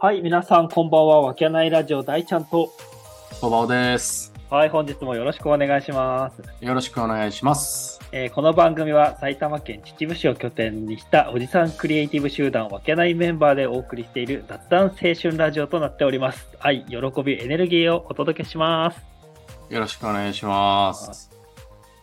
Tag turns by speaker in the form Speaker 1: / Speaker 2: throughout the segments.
Speaker 1: はい、皆さんこんばんは。わけないラジオ大ちゃんと。
Speaker 2: 小バオです。
Speaker 1: はい、本日もよろしくお願いします。
Speaker 2: よろしくお願いします。
Speaker 1: えーこの番組は埼玉県秩父市を拠点にしたおじさんクリエイティブ集団わけないメンバーでお送りしている雑談青春ラジオとなっております。愛、喜び、エネルギーをお届けします。
Speaker 2: よろしくお願いします。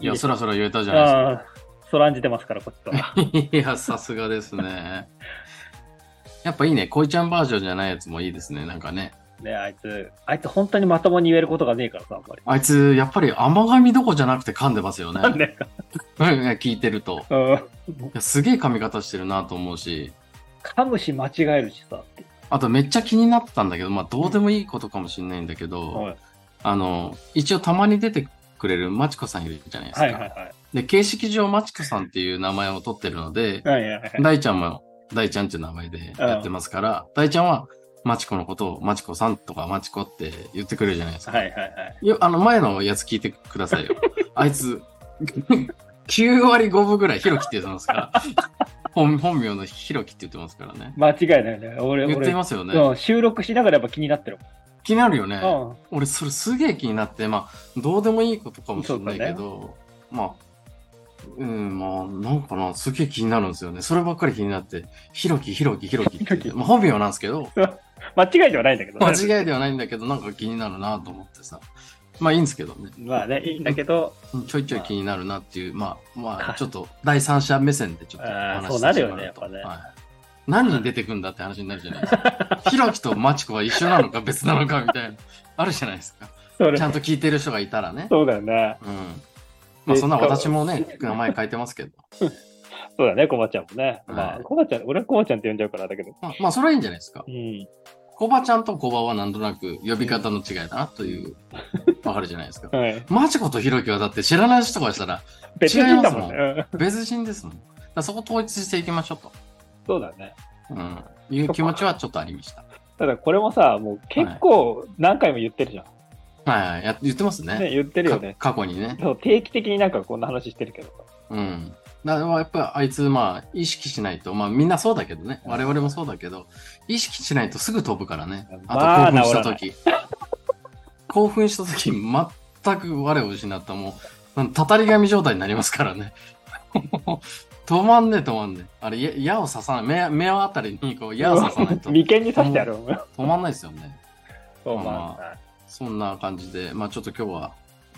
Speaker 2: いや、
Speaker 1: です
Speaker 2: そろそろ言えたじゃない
Speaker 1: ああ、そらんじてますから、こっちとは。
Speaker 2: です か。いや、さすがですね。やっぱいいね。恋ちゃんバージョンじゃないやつもいいですね。なんかね。
Speaker 1: ねあいつ、あいつ本当にまともに言えることがねえからさ、あんまり。
Speaker 2: あいつ、やっぱり甘噛みどこじゃなくて噛んでますよね。
Speaker 1: なんで
Speaker 2: うん聞いてると。
Speaker 1: うん。
Speaker 2: いやすげえ噛み方してるなと思うし。
Speaker 1: 噛むし間違えるしさ。
Speaker 2: あとめっちゃ気になってたんだけど、まあどうでもいいことかもしれないんだけど、
Speaker 1: はい
Speaker 2: あの、一応たまに出てくれるマチコさんいるじゃないですか。
Speaker 1: はいはいはい。
Speaker 2: で、形式上マチコさんっていう名前を取ってるので、
Speaker 1: はいはいはい。
Speaker 2: 大ちゃんも大ちゃんっていう名前でやってますから、大ちゃんはマチコのことをマチコさんとかマチコって言ってくれるじゃないですか。
Speaker 1: はいはいはい。
Speaker 2: いやあの前のやつ聞いてくださ いよ。あいつ、9割5分ぐらいヒロキって言ってますから。本本名のヒロキって言ってますからね。
Speaker 1: 間違いないね。俺、
Speaker 2: 言っ
Speaker 1: 俺
Speaker 2: て、ますよね。
Speaker 1: うん、収録しながらやっぱ気になってる
Speaker 2: 気になるよね。
Speaker 1: もん。うん。
Speaker 2: 俺それすげえ気になってまあどうでもいいことかもしれないけど、まあうんまあなんかなすげえ気になるんですよねそればっかり気になって「ひろきひろきひろき」って
Speaker 1: ひろき
Speaker 2: まあ本名なんですけ ど
Speaker 1: 間違いではないんだけどね、
Speaker 2: 間違いではないんだけどなんか気になるなと思ってさまあいいんですけどね
Speaker 1: まあね、いいんだけど、
Speaker 2: ちょいちょい気になるなっていうまあまあちょっと第三者目線でちょっとお
Speaker 1: あー
Speaker 2: 話し
Speaker 1: そう
Speaker 2: さ
Speaker 1: なる
Speaker 2: せて
Speaker 1: よ
Speaker 2: も
Speaker 1: ね
Speaker 2: らうと
Speaker 1: やっぱね
Speaker 2: はい何人出てくんだって話になるじゃないです か。ひろきとまちこは一緒なのか別なのかみたいな、あるじゃないですか。
Speaker 1: それ
Speaker 2: ちゃんと聞いてる人がいたらね。
Speaker 1: そうだよね。
Speaker 2: うん。まあ
Speaker 1: で
Speaker 2: そんな
Speaker 1: しかも
Speaker 2: 私もね、名前書いてますけど。
Speaker 1: そうだね、コバちゃんもね。まあ、
Speaker 2: はい
Speaker 1: コバちゃん、俺はコバちゃんって呼んじゃうからだけど。
Speaker 2: まあ、まあそれはいいんじゃないですか
Speaker 1: う。ん。
Speaker 2: コバちゃんとコバはなんとなく呼び方の違いだなという、わかるじゃないですか。
Speaker 1: はい。
Speaker 2: マチコとヒロキはだって知らない人からしたら
Speaker 1: 別人だもんね。うん
Speaker 2: 別人ですもん。だからそこ統一していきましょうと。
Speaker 1: そうだね。
Speaker 2: うん。いう気持ちはちょっとありました。
Speaker 1: ただこれもさ、もう結構何回も言ってるじゃん。
Speaker 2: はいはい、や言ってますね。
Speaker 1: ね、言ってるよね。
Speaker 2: か過去にね。
Speaker 1: そう定期的になんかこんな話してるけどさ。
Speaker 2: うん。だからやっぱあいつ、まあ、意識しないと、まあみんなそうだけどね、我々もそうだけど、意識しないとすぐ飛ぶからね。
Speaker 1: まあ
Speaker 2: あと興奮した時。 興奮した時、全く我を失った、もう、なんたたり神状態になりますからね。 止まんねえ止まんねえ。あれ、や矢を刺さない、目目あたりにこう矢を刺さないと止
Speaker 1: 眉間に刺してやるもん。
Speaker 2: まんないですよね。
Speaker 1: そう
Speaker 2: まあま
Speaker 1: まあ
Speaker 2: そんな感じで、まあちょっと今日は、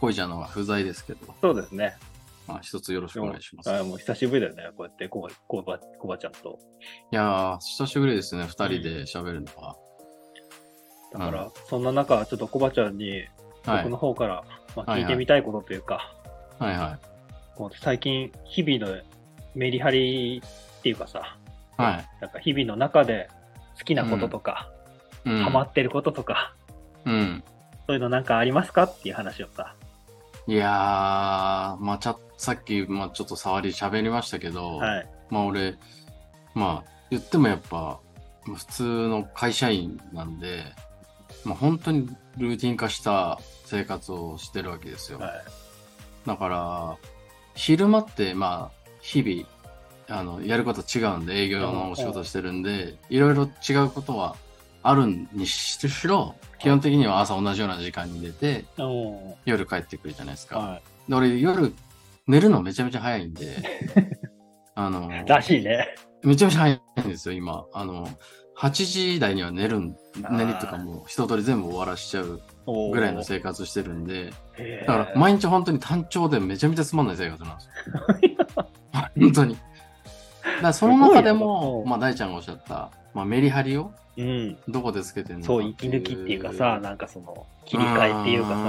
Speaker 2: 恋ちゃんの方が不在ですけど、
Speaker 1: そうですね。
Speaker 2: まあ一つよろしくお願いします。
Speaker 1: あもう久しぶりだよね、こうやってコバコバコバちゃんと。
Speaker 2: いやー、久しぶりですね、二人で喋るのは。
Speaker 1: だか
Speaker 2: う
Speaker 1: ら、そんな中、ちょっとコバちゃんに
Speaker 2: はい
Speaker 1: 僕の。方から、まあ、
Speaker 2: はい
Speaker 1: 聞い
Speaker 2: はい
Speaker 1: てみたいことというか、
Speaker 2: はいは
Speaker 1: こう最近、日々のメリハリっていうかさ、
Speaker 2: い。はい。
Speaker 1: なんか日々の中で好きなこととか、
Speaker 2: うん
Speaker 1: ハマってることとか、
Speaker 2: うん。
Speaker 1: そういうのなんかありますかっていう話をさ。
Speaker 2: いやー、まあ、ちゃ、さっき、まあ、ちょっと触り喋りましたけど、
Speaker 1: はい。
Speaker 2: まあ、俺、まあ、言ってもやっぱ、まあ普通の会社員なんで、まあ、本当にルーティン化した生活をしてるわけですよ。
Speaker 1: はい。
Speaker 2: だから、昼間って、まあ、日々、あの、やること違うんで、営業のお仕事してるんで、いろいろ違うことはあるにしろ、基本的には朝同じような時間に出て、
Speaker 1: お
Speaker 2: 夜帰ってくるじゃないです
Speaker 1: ー
Speaker 2: か。
Speaker 1: は
Speaker 2: で俺、夜、寝るのめちゃめちゃ早い んで、あの、
Speaker 1: い。らしいね。
Speaker 2: めちゃめちゃ早いんですよ、今。あの、8時台には寝るん、
Speaker 1: あー
Speaker 2: 寝るとかもう一通り全部終わらしちゃうぐらいの生活してるんで、
Speaker 1: へー
Speaker 2: だから毎日本当に単調でめちゃめちゃつまんない生活なんです よ。本当に。だからその中で
Speaker 1: すごい
Speaker 2: も、
Speaker 1: よ
Speaker 2: まあ大ちゃんがおっしゃった、まあ、メリハリを
Speaker 1: うん。
Speaker 2: どこでつけてんの
Speaker 1: そう、息抜きっていうかさ、なんかその、切り替えっていうかさ。
Speaker 2: さ。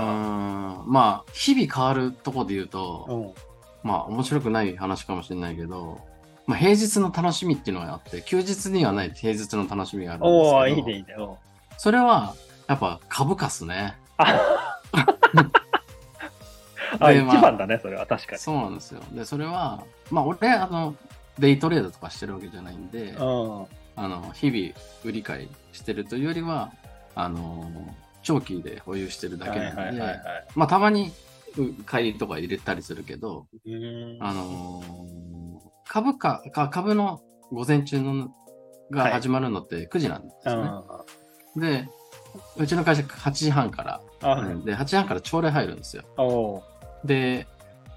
Speaker 2: まあ日々変わるとこで言う
Speaker 1: う
Speaker 2: と、
Speaker 1: ん。
Speaker 2: まあ面白くない話かもしれないけど、まあ、平日の楽しみっていうのがあって休日にはない平日の楽しみがあるんですけ
Speaker 1: お
Speaker 2: ど
Speaker 1: ー、いいね、いいね。うん
Speaker 2: それはやっぱ株価っすね。
Speaker 1: ああ、
Speaker 2: で
Speaker 1: 一
Speaker 2: まあ
Speaker 1: 番だね、それは確かに。
Speaker 2: そうなんですよ。で、それは、まあ、俺、あの、デイトレードとかしてるわけじゃないんで、
Speaker 1: うん。
Speaker 2: あの、日々、売り買いしてるというよりは、あの、長期で保有してるだけ
Speaker 1: は
Speaker 2: ないん
Speaker 1: はいはい
Speaker 2: で、
Speaker 1: は
Speaker 2: まあ、たまに、う買いとか入れたりするけど、
Speaker 1: い。うーん
Speaker 2: あの、株価、か株の午前中のが始まるのって9時なんです
Speaker 1: うん。
Speaker 2: よね。で、うちの会社8時半から、
Speaker 1: あ、
Speaker 2: で、8時半から朝礼入るんですよ。
Speaker 1: おう
Speaker 2: で、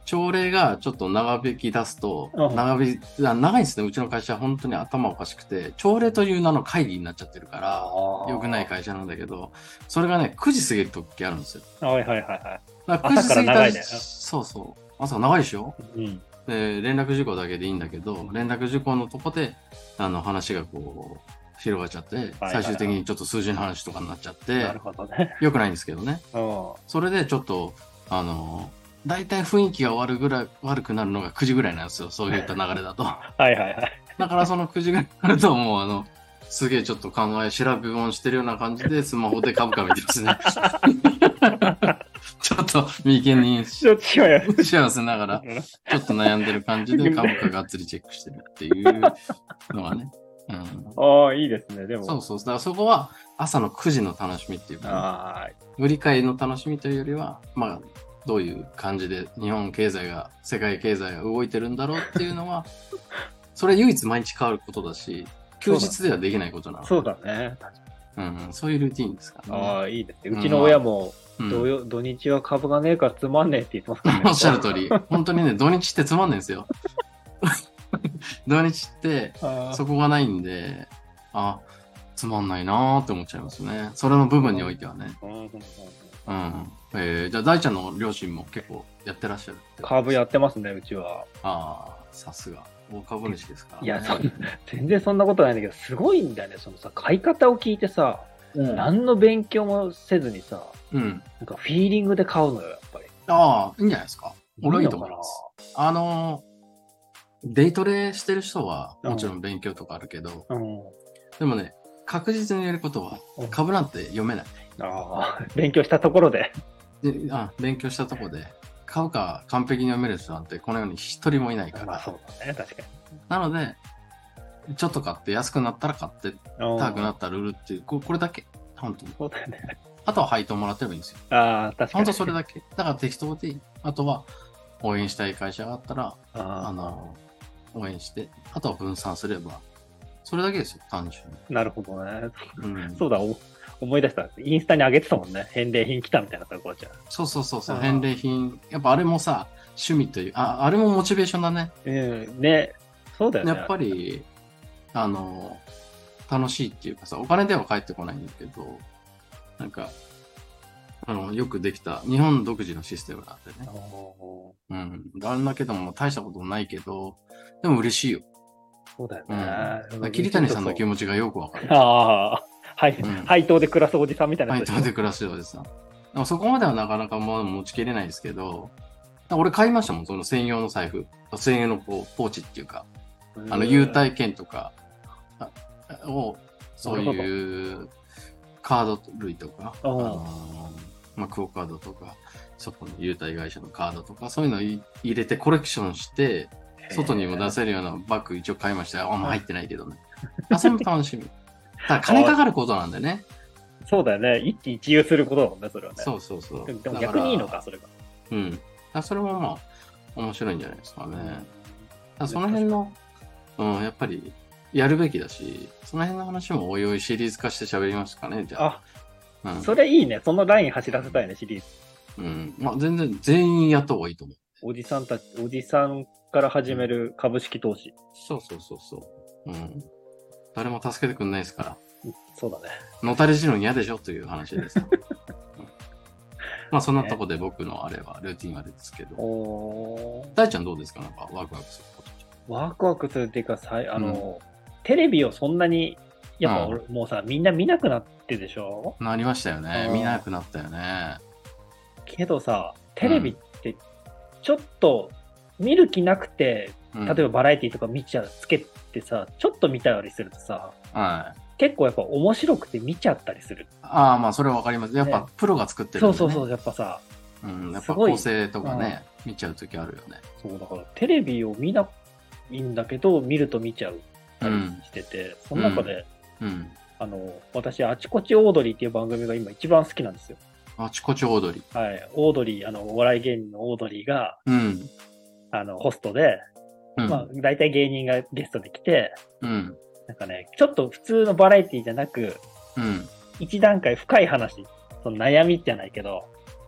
Speaker 2: 朝礼がちょっと長引き出すと、
Speaker 1: うん
Speaker 2: 長引き、あ長いですね。うちの会社は本当に頭おかしくて、朝礼という名の会議になっちゃってるから、良くない。会社なんだけど、それがね、9時過ぎる時あるんですよ。
Speaker 1: あはいはいは
Speaker 2: だから9時
Speaker 1: 朝から
Speaker 2: 過ぎ
Speaker 1: 長い
Speaker 2: た
Speaker 1: ね
Speaker 2: 時そうそう。朝長いでしょ
Speaker 1: いはい。うん。
Speaker 2: で連絡事項だけでいいんだけど連絡事項のとこであの話がこう広がっちゃって
Speaker 1: はい
Speaker 2: 最終的にちょっと数字の話とかになっちゃっ
Speaker 1: な
Speaker 2: て
Speaker 1: るほどね。
Speaker 2: 良くないんですけどね
Speaker 1: うん。
Speaker 2: それでちょっとあの大体雰囲気が悪ぐらい悪くなるのが9時ぐらいなんですよそういった流れ だと
Speaker 1: はいはいはい。
Speaker 2: だからその9時ぐらいになるともうあのすげえちょっと考え調べ物してるような感じでスマホで株価見てま すねちょっと眉間 に
Speaker 1: ちょっと違う よ。
Speaker 2: 幸せながらちょっと悩んでる感じで株価がっつりチェックしてるっていうのがね。うん、
Speaker 1: ああ、いいですね、でも。
Speaker 2: そうそう。だからそこは朝の9時の楽しみっていうか、
Speaker 1: あ
Speaker 2: 売り買いの楽しみというよりは、まあ、どういう感じで日本経済が、世界経済が動いてるんだろうっていうのは、 それは唯一毎日変わることだし、休日ではできないことな
Speaker 1: あ、
Speaker 2: の。
Speaker 1: そうだね。
Speaker 2: うん、そういうルーティンですからね。
Speaker 1: ああ、いいですね。うちの親も
Speaker 2: うん
Speaker 1: 土曜、土日は株がねえからつまんねえって言ってますからね。
Speaker 2: おっしゃる通り、本当にね、土日ってつまんないんで すよ。土日って、
Speaker 1: ああ。
Speaker 2: そこがないんで、あ、つまんないなーって思っちゃいますね。それの部分においてはね。
Speaker 1: うんうんうんうん
Speaker 2: うん。えー、じゃあ大ちゃんの両親も結構やってらっしゃるって。
Speaker 1: 株やってますね、うちは。
Speaker 2: ああ、さすが。大株主ですから、
Speaker 1: いや、そん全然そんなことないんだけど、すごいんだよね。そのさ、買い方を聞いてさ、
Speaker 2: うん。
Speaker 1: 何の勉強もせずにさ、
Speaker 2: うん。
Speaker 1: なんかフィーリングで買うのよ、やっぱり。
Speaker 2: ああ、いいんじゃないですか。俺はいいと
Speaker 1: の
Speaker 2: 思
Speaker 1: か
Speaker 2: い
Speaker 1: な
Speaker 2: ます。あのー、デイトレしてる人は
Speaker 1: うん
Speaker 2: もちろん勉強とかあるけど、
Speaker 1: うん。
Speaker 2: でもね、確実にやることは
Speaker 1: うん
Speaker 2: 株なんて読めない。
Speaker 1: ああ、 勉強したところで。
Speaker 2: であ勉強したとこで、株価完璧に読める人なんてこの世に一人もいないから。
Speaker 1: まあそうだね、確かに。
Speaker 2: なので、ちょっと買って安くなったら買って、
Speaker 1: うん
Speaker 2: 高くなったら売るっていう、ここれだけ。本当に。
Speaker 1: そうだよね。
Speaker 2: あとは配当もらってればいいんですよ。
Speaker 1: ああ、確か
Speaker 2: 本
Speaker 1: に。
Speaker 2: 当それだけ。だから適当でいい。あとは、応援したい会社があったら、あ
Speaker 1: あ
Speaker 2: の、応援して、あとは分散すれば、それだけですよ、単純
Speaker 1: あ、なるほどね。
Speaker 2: に。うん、
Speaker 1: そうだ、お思い出した。インスタに上げてたもんね。返礼品来たみたいなさ、こうちゃん。
Speaker 2: そうそうそうそう、
Speaker 1: あー
Speaker 2: 返礼品。やっぱあれもさ、趣味という、ああれもモチベーションだね。
Speaker 1: うん、ね。そうだよね。
Speaker 2: やっぱり、あの、楽しいっていうかさ、お金では返ってこないんだけど、なんか、あの、よくできた、日本独自のシステムがあってね
Speaker 1: あ。の。
Speaker 2: うん。あれだけども、大したこともないけど、でも嬉しいよ。
Speaker 1: そうだよ
Speaker 2: うん。だから
Speaker 1: ね。
Speaker 2: 桐谷さんの気
Speaker 1: 持ち。
Speaker 2: 持ちがよくわかる。
Speaker 1: ああ、はい、
Speaker 2: うん
Speaker 1: 配当で暮らすおじさん みたいな
Speaker 2: はい、
Speaker 1: 人でしょ。
Speaker 2: 食べて暮らしておじさん。でもそこまではなかなかもう持ちきれないですけど、俺買いましたもん、その専用の財布。専用のこうポーチっていうか、あの、優待券とかあを、そう
Speaker 1: な
Speaker 2: いうカード類とか、あ
Speaker 1: ああ
Speaker 2: のまあ、クオカードとか、そこの優待会社のカードとか、そういうのをい入れてコレクションして、外にも出せるようなバッグ一応買いましたよ。あんま入ってないけどね。あ、それも 楽しみ。ただ金かかることなんでね。
Speaker 1: そうだよね。一喜一憂することだもんね、それはね。
Speaker 2: そうそうそう。
Speaker 1: でも逆にいいのか、それが。
Speaker 2: だから。うん。あそれもまあ、面白いんじゃないですかね。だからその辺の、うん、やっぱり、やるべきだし、その辺の話もおいおいシリーズ化して喋りますかね、じゃあ。
Speaker 1: あ、
Speaker 2: うん
Speaker 1: それいいね。そのライン走らせたいね、シリーズ。
Speaker 2: うん。まあ、全然、全員やった方がいいと思う。
Speaker 1: おじさんたち、おじさんから始める株式投資。
Speaker 2: そうそうそうそう。うん。誰も助けてくんないですから、
Speaker 1: そうだね。
Speaker 2: のたれじるの嫌でしょという 話です。うんまあ、そんなとこで僕のあれは、ルーティンはあれですけど。
Speaker 1: おー
Speaker 2: 大ちゃんどうですかなんか、ワクワクすること。
Speaker 1: ワクワクするっていうか、さいあの、テレビをそんなに、やっぱ俺、もうさ、みんな見なくなってでしょ
Speaker 2: なりましたよね
Speaker 1: あ。ー
Speaker 2: 見なくなったよね。
Speaker 1: けどさ、テレビって、ちょっと、見る気なくて、
Speaker 2: 例
Speaker 1: 例えばバラエティとか見ちゃう、つけてさ、ちょっと見たりするとさ、
Speaker 2: はい。
Speaker 1: 結構やっぱ面白くて見ちゃったりする。
Speaker 2: ああ、まあ、それはわかります。やっぱ
Speaker 1: ね、
Speaker 2: プロが作ってるん
Speaker 1: そう
Speaker 2: でね
Speaker 1: そうそう、やっぱさ、
Speaker 2: うん、やっ
Speaker 1: す
Speaker 2: ぱ
Speaker 1: ごい
Speaker 2: 構成とかね、見ちゃうときあるよね。
Speaker 1: そうだからテレビを見ないんだけど、見ると見ちゃう
Speaker 2: う
Speaker 1: たり
Speaker 2: ん。
Speaker 1: してて、その中で、
Speaker 2: うん。
Speaker 1: あの、私、あちこちオードリーっていう番組が今一番好きなんですよ。
Speaker 2: あちこち踊り。
Speaker 1: はい。オードリー、あの、お笑い芸人のオードリーが、
Speaker 2: うん。
Speaker 1: あの、ホストで、
Speaker 2: うん。
Speaker 1: まあ、大体芸人がゲストで来て、
Speaker 2: うん。
Speaker 1: なんかね、ちょっと普通のバラエティじゃなく、
Speaker 2: うん。
Speaker 1: 一段階深い話、その悩みじゃないけど、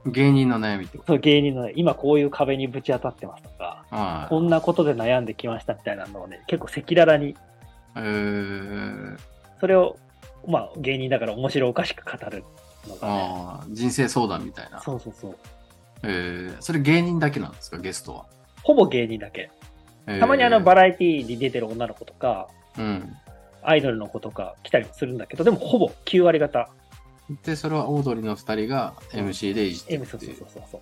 Speaker 2: 芸人の悩みってこと。
Speaker 1: そう芸人の今こういう壁にぶち当たってますとか、
Speaker 2: はい。
Speaker 1: こんなことで悩んできましたみたいなのをね、結構赤裸々に、
Speaker 2: えー、
Speaker 1: それを、まあ芸人だから面白おかしく語るのがね。
Speaker 2: ああ、人生相談みたいな。
Speaker 1: そうそうそう。
Speaker 2: えー、それ芸人だけなんですか、ゲストは。
Speaker 1: ほぼ芸人だけ。たまにあのバラエティに出てる女の子とか、
Speaker 2: ラ。うん。
Speaker 1: アイドルの子とか来たりもするんだけど、でもほぼ9割方。
Speaker 2: で、それはオードリーの二人が MC でいじって
Speaker 1: え
Speaker 2: るっ
Speaker 1: そう
Speaker 2: て
Speaker 1: そう
Speaker 2: い
Speaker 1: そうう。そうそう。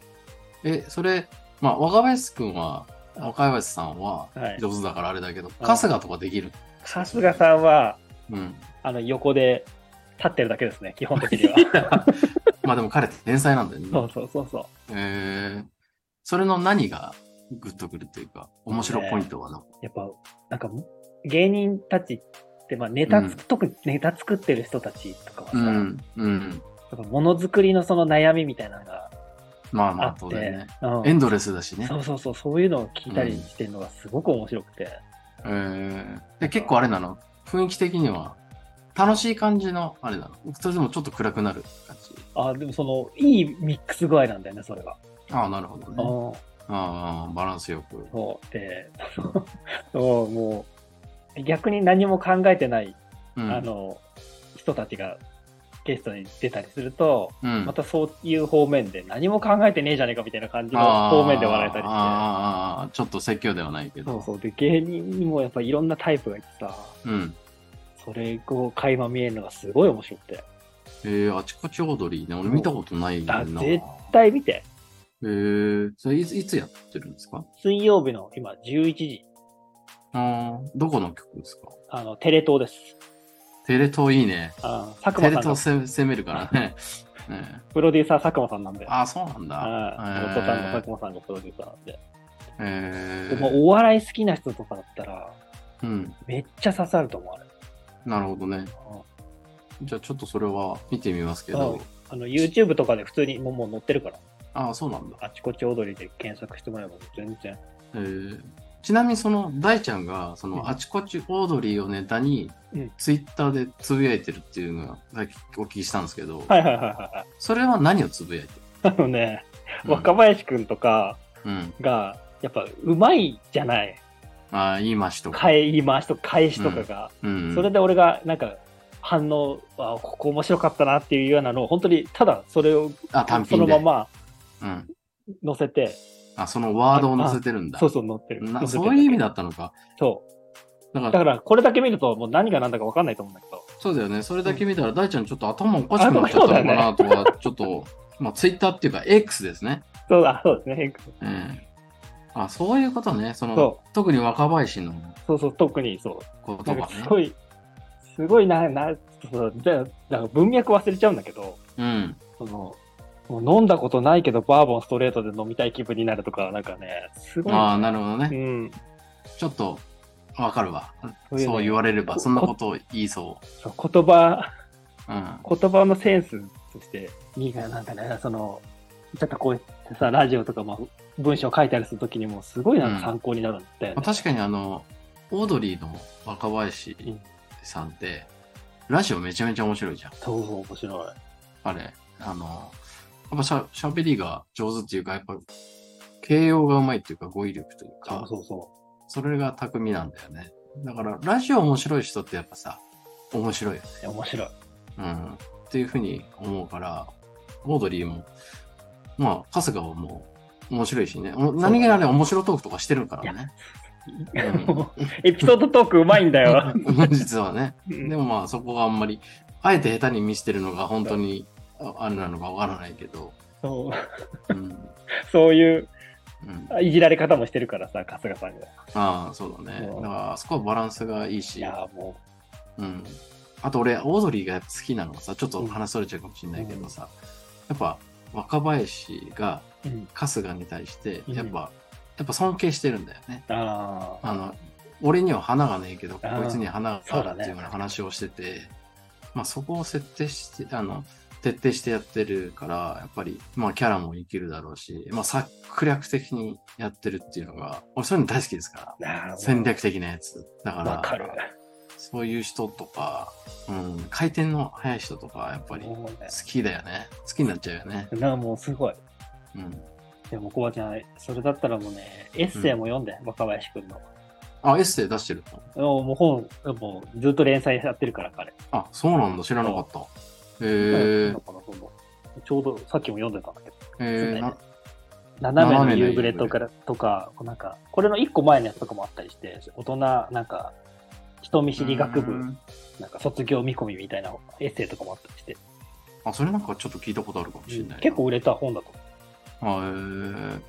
Speaker 2: え、それ、まあ、若林くんは、若林さんは
Speaker 1: はい
Speaker 2: 上手だからあれだけど、
Speaker 1: あー
Speaker 2: 春日とかできる。
Speaker 1: 春日さんは、
Speaker 2: うん。
Speaker 1: あの横で立ってるだけですね、基本的には。
Speaker 2: まあでも彼って天才なんだよね。
Speaker 1: そうそうそうそう。
Speaker 2: えー、それの何がグッとくるというか、面白いポイントはな、
Speaker 1: やっぱ、なんか、芸人たちって、まあ、ネタつ、
Speaker 2: うん
Speaker 1: 特にネタ作ってる人たちとかはさ、
Speaker 2: う
Speaker 1: やっ
Speaker 2: ん、うん。
Speaker 1: ぱものづくりのその悩みみたいなのが
Speaker 2: まあま
Speaker 1: あ
Speaker 2: あ、
Speaker 1: って、
Speaker 2: そうだよね。
Speaker 1: うん
Speaker 2: エンドレスだしね。
Speaker 1: そうそうそう、そういうのを聞いたりしてるのがすごく面白くて、
Speaker 2: えー、で結構あれなの雰囲気的には、楽しい感じの、あれなのそれでもちょっと暗くなる感じ。
Speaker 1: あでもその、いいミックス具合なんだよね、それが。
Speaker 2: ああ、なるほど
Speaker 1: う
Speaker 2: ね。
Speaker 1: ん
Speaker 2: ああ、バランスよく。
Speaker 1: そうで、 そうもう、逆に何も考えてない、
Speaker 2: うん、
Speaker 1: あの、人たちがゲストに出たりすると、
Speaker 2: うん、
Speaker 1: またそういう方面で何も考えてねえじゃねえかみたいな感じの
Speaker 2: あー
Speaker 1: 方面で笑えたりして。
Speaker 2: あーあーあーちょっと説教ではないけど。
Speaker 1: そうそう。で、芸人にもやっぱいろんなタイプがいてさ、
Speaker 2: うん。
Speaker 1: それを垣間見えるのがすごい面白くて。
Speaker 2: えー、あちこちオードリーね、俺見たことないな。
Speaker 1: あ絶絶対見て。
Speaker 2: えー、それいついつやってるんですか
Speaker 1: 水曜日の今11時、
Speaker 2: あーどこの曲ですか
Speaker 1: あの、テレ東です。
Speaker 2: テレ東いいね。
Speaker 1: あー佐
Speaker 2: テ
Speaker 1: 久
Speaker 2: レ
Speaker 1: 間さん
Speaker 2: 東
Speaker 1: が、
Speaker 2: せ攻めるからね。 ね
Speaker 1: プロデューサー佐久間さんなんで。
Speaker 2: ああ、そうなん
Speaker 1: はい。
Speaker 2: だ。
Speaker 1: 元さんの佐久間さんがプロデューサーなんで。
Speaker 2: えーえ
Speaker 1: で
Speaker 2: ー
Speaker 1: もうお笑い好きな人とかだったら、
Speaker 2: うん。
Speaker 1: めっちゃ刺さると思う、あれ。
Speaker 2: なるほどね。
Speaker 1: うん
Speaker 2: じゃあちょっとそれは見てみますけど
Speaker 1: うん。あの、YouTube とかで普通にもうもう載ってるから、
Speaker 2: ああ、そうなんだ。
Speaker 1: あちこち踊りで検索してもらえば全然。
Speaker 2: えーちなみにその大ちゃんがそ
Speaker 1: うん
Speaker 2: のあちこちオードリーをネタに
Speaker 1: うん
Speaker 2: ツイッターでつぶやいてるっていうのがさっきお聞きしたんですけど、
Speaker 1: はいはいはいはいはい。
Speaker 2: それは何をつぶやいて
Speaker 1: あのね、
Speaker 2: る
Speaker 1: 若林くんとか、
Speaker 2: うん、
Speaker 1: が、やっぱうまいじゃない。
Speaker 2: ああ言いましとか、
Speaker 1: 返り回しとか返しとかが。
Speaker 2: うん、
Speaker 1: それで俺がなんか反応、あここ面白かったなっていうようなのを、本当にただそれを
Speaker 2: あ単
Speaker 1: その
Speaker 2: 品で
Speaker 1: まま
Speaker 2: うん、
Speaker 1: 載せて、
Speaker 2: あそのワードを載せてるんだ
Speaker 1: そうそう載ってる。
Speaker 2: な
Speaker 1: 載せて
Speaker 2: そういう意味
Speaker 1: だ
Speaker 2: だったのか
Speaker 1: け。そう。
Speaker 2: だから
Speaker 1: だからこれだけ見るともう何が何だか分かんないと思うんだけど。
Speaker 2: そうだよねそれだけ見たら大ちゃんちょっと頭おかしくなっちゃったのかなとか、ちょっと、 まあ、ツイッターっていうか X ですね、
Speaker 1: そうだ、そうですね。変化
Speaker 2: うん、あそういうことねその
Speaker 1: そ
Speaker 2: 特に若林の
Speaker 1: そうそう、特にそう。
Speaker 2: 言葉
Speaker 1: なん
Speaker 2: ね
Speaker 1: かすごい、すごいな、な、そうだだから文脈忘れちゃうんだけど、
Speaker 2: うん
Speaker 1: その、もう飲んだことないけどバーボンストレートで飲みたい気分になるとか、なんかね、すごい。
Speaker 2: ああ、なるほど
Speaker 1: う
Speaker 2: ね。
Speaker 1: ん。
Speaker 2: ちょっと、わかるわ。
Speaker 1: そういうの
Speaker 2: そう言われれば、
Speaker 1: こ
Speaker 2: そんなことを言いそ
Speaker 1: そう言葉、
Speaker 2: う。うん。
Speaker 1: 言葉のセンスとして、いいな、なんかね、その、ちょっとこうやってさ、ラジオとか、まあ、文章書いたりするときにも、すごいなんか参考になるんだよ
Speaker 2: まあ
Speaker 1: ね。
Speaker 2: 確かにあの、オードリーの若林さんって、ラジオめちゃめちゃ面白いじゃん。
Speaker 1: そうそう、面白
Speaker 2: あれ。あの、やっぱしゃしゃべりが上手っていうか、やっぱ、形容がうまいっていうか、語彙力という
Speaker 1: い。そう
Speaker 2: か、
Speaker 1: そうそ
Speaker 2: それが巧みなんだよね。だから、ラジオ面白い人ってやっぱさ、面白いよね。
Speaker 1: う。いや面白い。
Speaker 2: うん。っていうふうに思うから、オードリーも、まあ、春日はもう、面白いしね。お何気なく面白トークとかしてるからね。うん
Speaker 1: もう エピソードトークうまいんだ よ。
Speaker 2: 実はね。
Speaker 1: うん
Speaker 2: でもまあ、そこはあんまり、あえて下手に見せてるのが本当に、ああれなのかわからないけど。
Speaker 1: そう
Speaker 2: うん。
Speaker 1: そういう
Speaker 2: うん、
Speaker 1: いじられ方もしてるからさ、春日さんが。
Speaker 2: ああ、そうだね。だから、あそこはバランスがいい
Speaker 1: い
Speaker 2: し。
Speaker 1: や、も
Speaker 2: うん。あと俺、オードリーがやっぱ好きなのはさ、ちょっと話それちゃうかもしれないけどさ、やっぱ、若林が
Speaker 1: う、うん、
Speaker 2: 春日に対して、
Speaker 1: うん
Speaker 2: やっぱ、やっぱ尊敬してるんだよね。
Speaker 1: ああ、
Speaker 2: あの、俺には花がねえけど、こ
Speaker 1: あー
Speaker 2: いつに花が
Speaker 1: そ
Speaker 2: あ
Speaker 1: うだ
Speaker 2: るっ
Speaker 1: ね
Speaker 2: ていうような話をしてて、まあそこを設定して、あの、徹底してやってるから、やっぱり、まあキャラも生きるだろうし、まあ策略的にやってるっていうのが、俺そういうの大好きですから。
Speaker 1: なるほど
Speaker 2: 戦略的なやつ。だか
Speaker 1: わ
Speaker 2: ら、
Speaker 1: かる。
Speaker 2: そういう人とか、うん、回転の速い人とか、やっぱり好
Speaker 1: もうね
Speaker 2: きだよね。好きになっちゃうよね。
Speaker 1: なんかもうすごい。
Speaker 2: うん。
Speaker 1: でも、コバちゃん、それだったらもうね、エッセイも読んで、若林くんの。
Speaker 2: あ、エッセイ出してるの
Speaker 1: もう本、もうずっと連載やってるから、彼。
Speaker 2: あ、そうなんだ。知らなかった。え
Speaker 1: なん
Speaker 2: ー
Speaker 1: だ、からそのちょうどさっきも読んでたんだけど、
Speaker 2: えー、な
Speaker 1: 斜めの夕暮れとかとか、なんか、これの一個前のやつとかもあったりして、大人、なんか、人見知り学
Speaker 2: う
Speaker 1: 部、
Speaker 2: ん
Speaker 1: なんか卒業見込みみたいなエッセイとかもあったりして、
Speaker 2: あ、それなんかちょっと聞いたことあるかもしれないな。
Speaker 1: 結構売れた本だと思う。
Speaker 2: あ、えー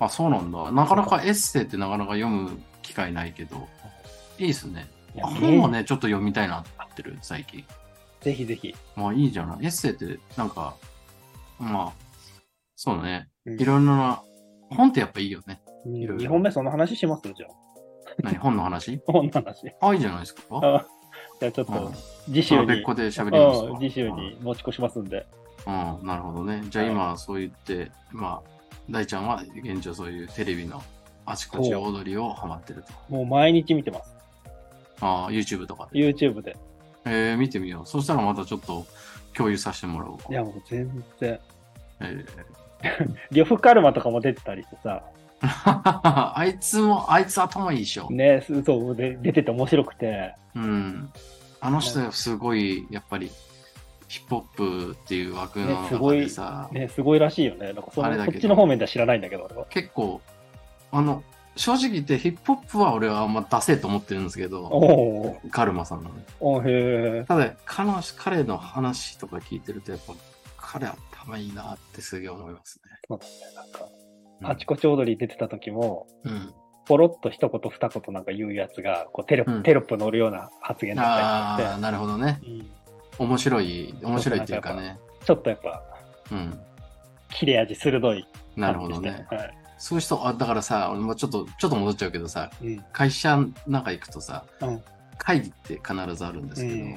Speaker 2: あ、そうなんだ。なかなかエッセイってなかなか読む機会ないけど、いいですね。
Speaker 1: いや
Speaker 2: あ本もね、ちょっと読みたいなってなってる、最近。
Speaker 1: ぜひぜひ。
Speaker 2: まあいいじゃない。エッセイって、なんか、まあ、そうだね。
Speaker 1: うん
Speaker 2: いろんな、本ってやっぱいいよね。いろいろ
Speaker 1: 2本目その話しますじゃあ。
Speaker 2: 何、本の話
Speaker 1: 本の話。
Speaker 2: あ、いいじゃないですか。う ん
Speaker 1: あじゃあちょっと、次週
Speaker 2: まあ
Speaker 1: に、
Speaker 2: 別個で喋ります
Speaker 1: う
Speaker 2: か
Speaker 1: ん次週に持ち越しますんで。
Speaker 2: うん、うんなるほどね。じゃあ今、そう言って、まあ、大ちゃんは現状そういうテレビのあちこち踊りをハマってると。
Speaker 1: もう毎日見てます。
Speaker 2: ああ、YouTube とかで。
Speaker 1: YouTube で。
Speaker 2: えー、見てみよう。そしたらまたちょっと共有させてもらおうか。
Speaker 1: いやもう全然。
Speaker 2: え
Speaker 1: 呂布カルマとかも出てたりしてさ、
Speaker 2: ー あいつも、あいつ頭いいでしょ。
Speaker 1: ね、すそうで出てて面白くて、
Speaker 2: うん。あの人はすごい、やっぱり、ヒップホップっていう枠の
Speaker 1: ねす
Speaker 2: 中
Speaker 1: ごい
Speaker 2: でさ、
Speaker 1: ね、すごいらしいよね。なんかそ
Speaker 2: あれ
Speaker 1: の
Speaker 2: だ
Speaker 1: こ
Speaker 2: けど
Speaker 1: っちの方面では知らないんだけど、俺は。
Speaker 2: 結構、あの、正直言ってヒップホップは俺はあんま出せと思ってるんですけど、
Speaker 1: おー
Speaker 2: カルマさんなので。
Speaker 1: おーへ
Speaker 2: ただ彼の、彼の話とか聞いてると、やっぱ、彼は頭いいなってすげえ思いますね。
Speaker 1: ーなん
Speaker 2: うん
Speaker 1: か、あちこち踊り出てた時も、
Speaker 2: うん。
Speaker 1: ポロッと一言二言なんか言うやつが、こうテロ、
Speaker 2: うん
Speaker 1: テロップ乗るような発言だ
Speaker 2: あ
Speaker 1: ったり
Speaker 2: あ、なるほど
Speaker 1: し
Speaker 2: ね。
Speaker 1: て、うん
Speaker 2: 面白い、面白いっていうかね。
Speaker 1: ちょっとやっぱ、
Speaker 2: うん。
Speaker 1: 切れ味鋭い
Speaker 2: なる
Speaker 1: 感
Speaker 2: ほ
Speaker 1: じ
Speaker 2: ど
Speaker 1: して。
Speaker 2: ね。
Speaker 1: はい
Speaker 2: そういう人、あだからさ、俺もちょっと、ちょっと戻っちゃうけどさ、
Speaker 1: うん
Speaker 2: 会社の中行くとさ、
Speaker 1: うん
Speaker 2: 会議って必ずあるんですけど、
Speaker 1: う
Speaker 2: や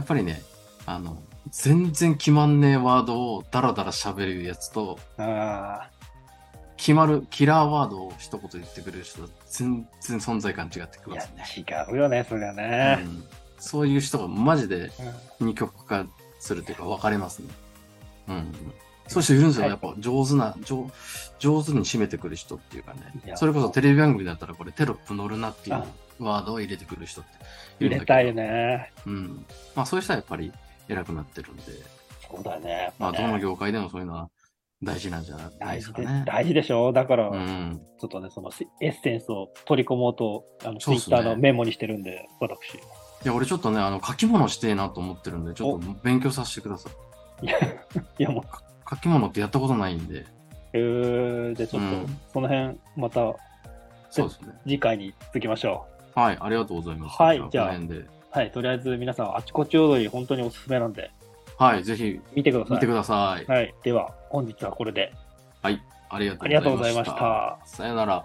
Speaker 1: ん
Speaker 2: っぱりね、あの、全然決まんねえワードをダラダラ喋るやつと、
Speaker 1: あ
Speaker 2: 決まるキラーワードを一言言ってくれる人は全然存在感違ってき
Speaker 1: あ、い
Speaker 2: ま
Speaker 1: や
Speaker 2: すね。、
Speaker 1: 違うよね、それはね
Speaker 2: う。んそういう人がマジで
Speaker 1: うん
Speaker 2: 二極化するというか分かれますね。うん。そういう人いるんですよ、
Speaker 1: はい
Speaker 2: やっぱ上手な上、上手に締めてくる人っていうか
Speaker 1: い
Speaker 2: ね。
Speaker 1: や
Speaker 2: それこそテレビ番組だったらこれテロップ乗るなっていう
Speaker 1: あ
Speaker 2: ワードを入れてくる人ってい
Speaker 1: 入
Speaker 2: るん
Speaker 1: れ
Speaker 2: だけど。
Speaker 1: たいよね。
Speaker 2: うん。まあそういう人はやっぱり偉くなってるんで、
Speaker 1: そうだよね。
Speaker 2: ま
Speaker 1: や
Speaker 2: あ
Speaker 1: っぱ
Speaker 2: ど
Speaker 1: ね
Speaker 2: の業界でもそういうのは大事なんじゃない
Speaker 1: 大
Speaker 2: です
Speaker 1: 事で
Speaker 2: かね。
Speaker 1: 大事でしょだから、
Speaker 2: うん。
Speaker 1: ちょっとね、そのせエッセンスを取り込もうと、あの、ツ
Speaker 2: そ
Speaker 1: イ
Speaker 2: うっ
Speaker 1: ッ
Speaker 2: す
Speaker 1: タ
Speaker 2: ね
Speaker 1: ーのメモにしてるんで、私。
Speaker 2: いや、俺ちょっとね、あの、書き物してえなと思ってるんで、ちょっと勉強させてください。
Speaker 1: いや、いやもう、
Speaker 2: 書き物ってやったことないんで、
Speaker 1: えー、じゃあちょっと、
Speaker 2: うん
Speaker 1: その辺、また
Speaker 2: そうですね。
Speaker 1: 次回に続きましょ
Speaker 2: はい、ありがとうございます。
Speaker 1: はいじ
Speaker 2: じ
Speaker 1: ゃ
Speaker 2: ゃあ
Speaker 1: あ
Speaker 2: この辺で。
Speaker 1: う。はい、とりあえず皆さん、あちこち踊り、本当におすすめなんで、
Speaker 2: はい、ぜひ
Speaker 1: 見てください。
Speaker 2: 見てください。
Speaker 1: はい、では、本日はこれで、
Speaker 2: はい、ありがと
Speaker 1: ありがと
Speaker 2: う
Speaker 1: う
Speaker 2: ご
Speaker 1: ござ
Speaker 2: ざい
Speaker 1: い
Speaker 2: ま
Speaker 1: ま
Speaker 2: し。
Speaker 1: したた。
Speaker 2: さよなら。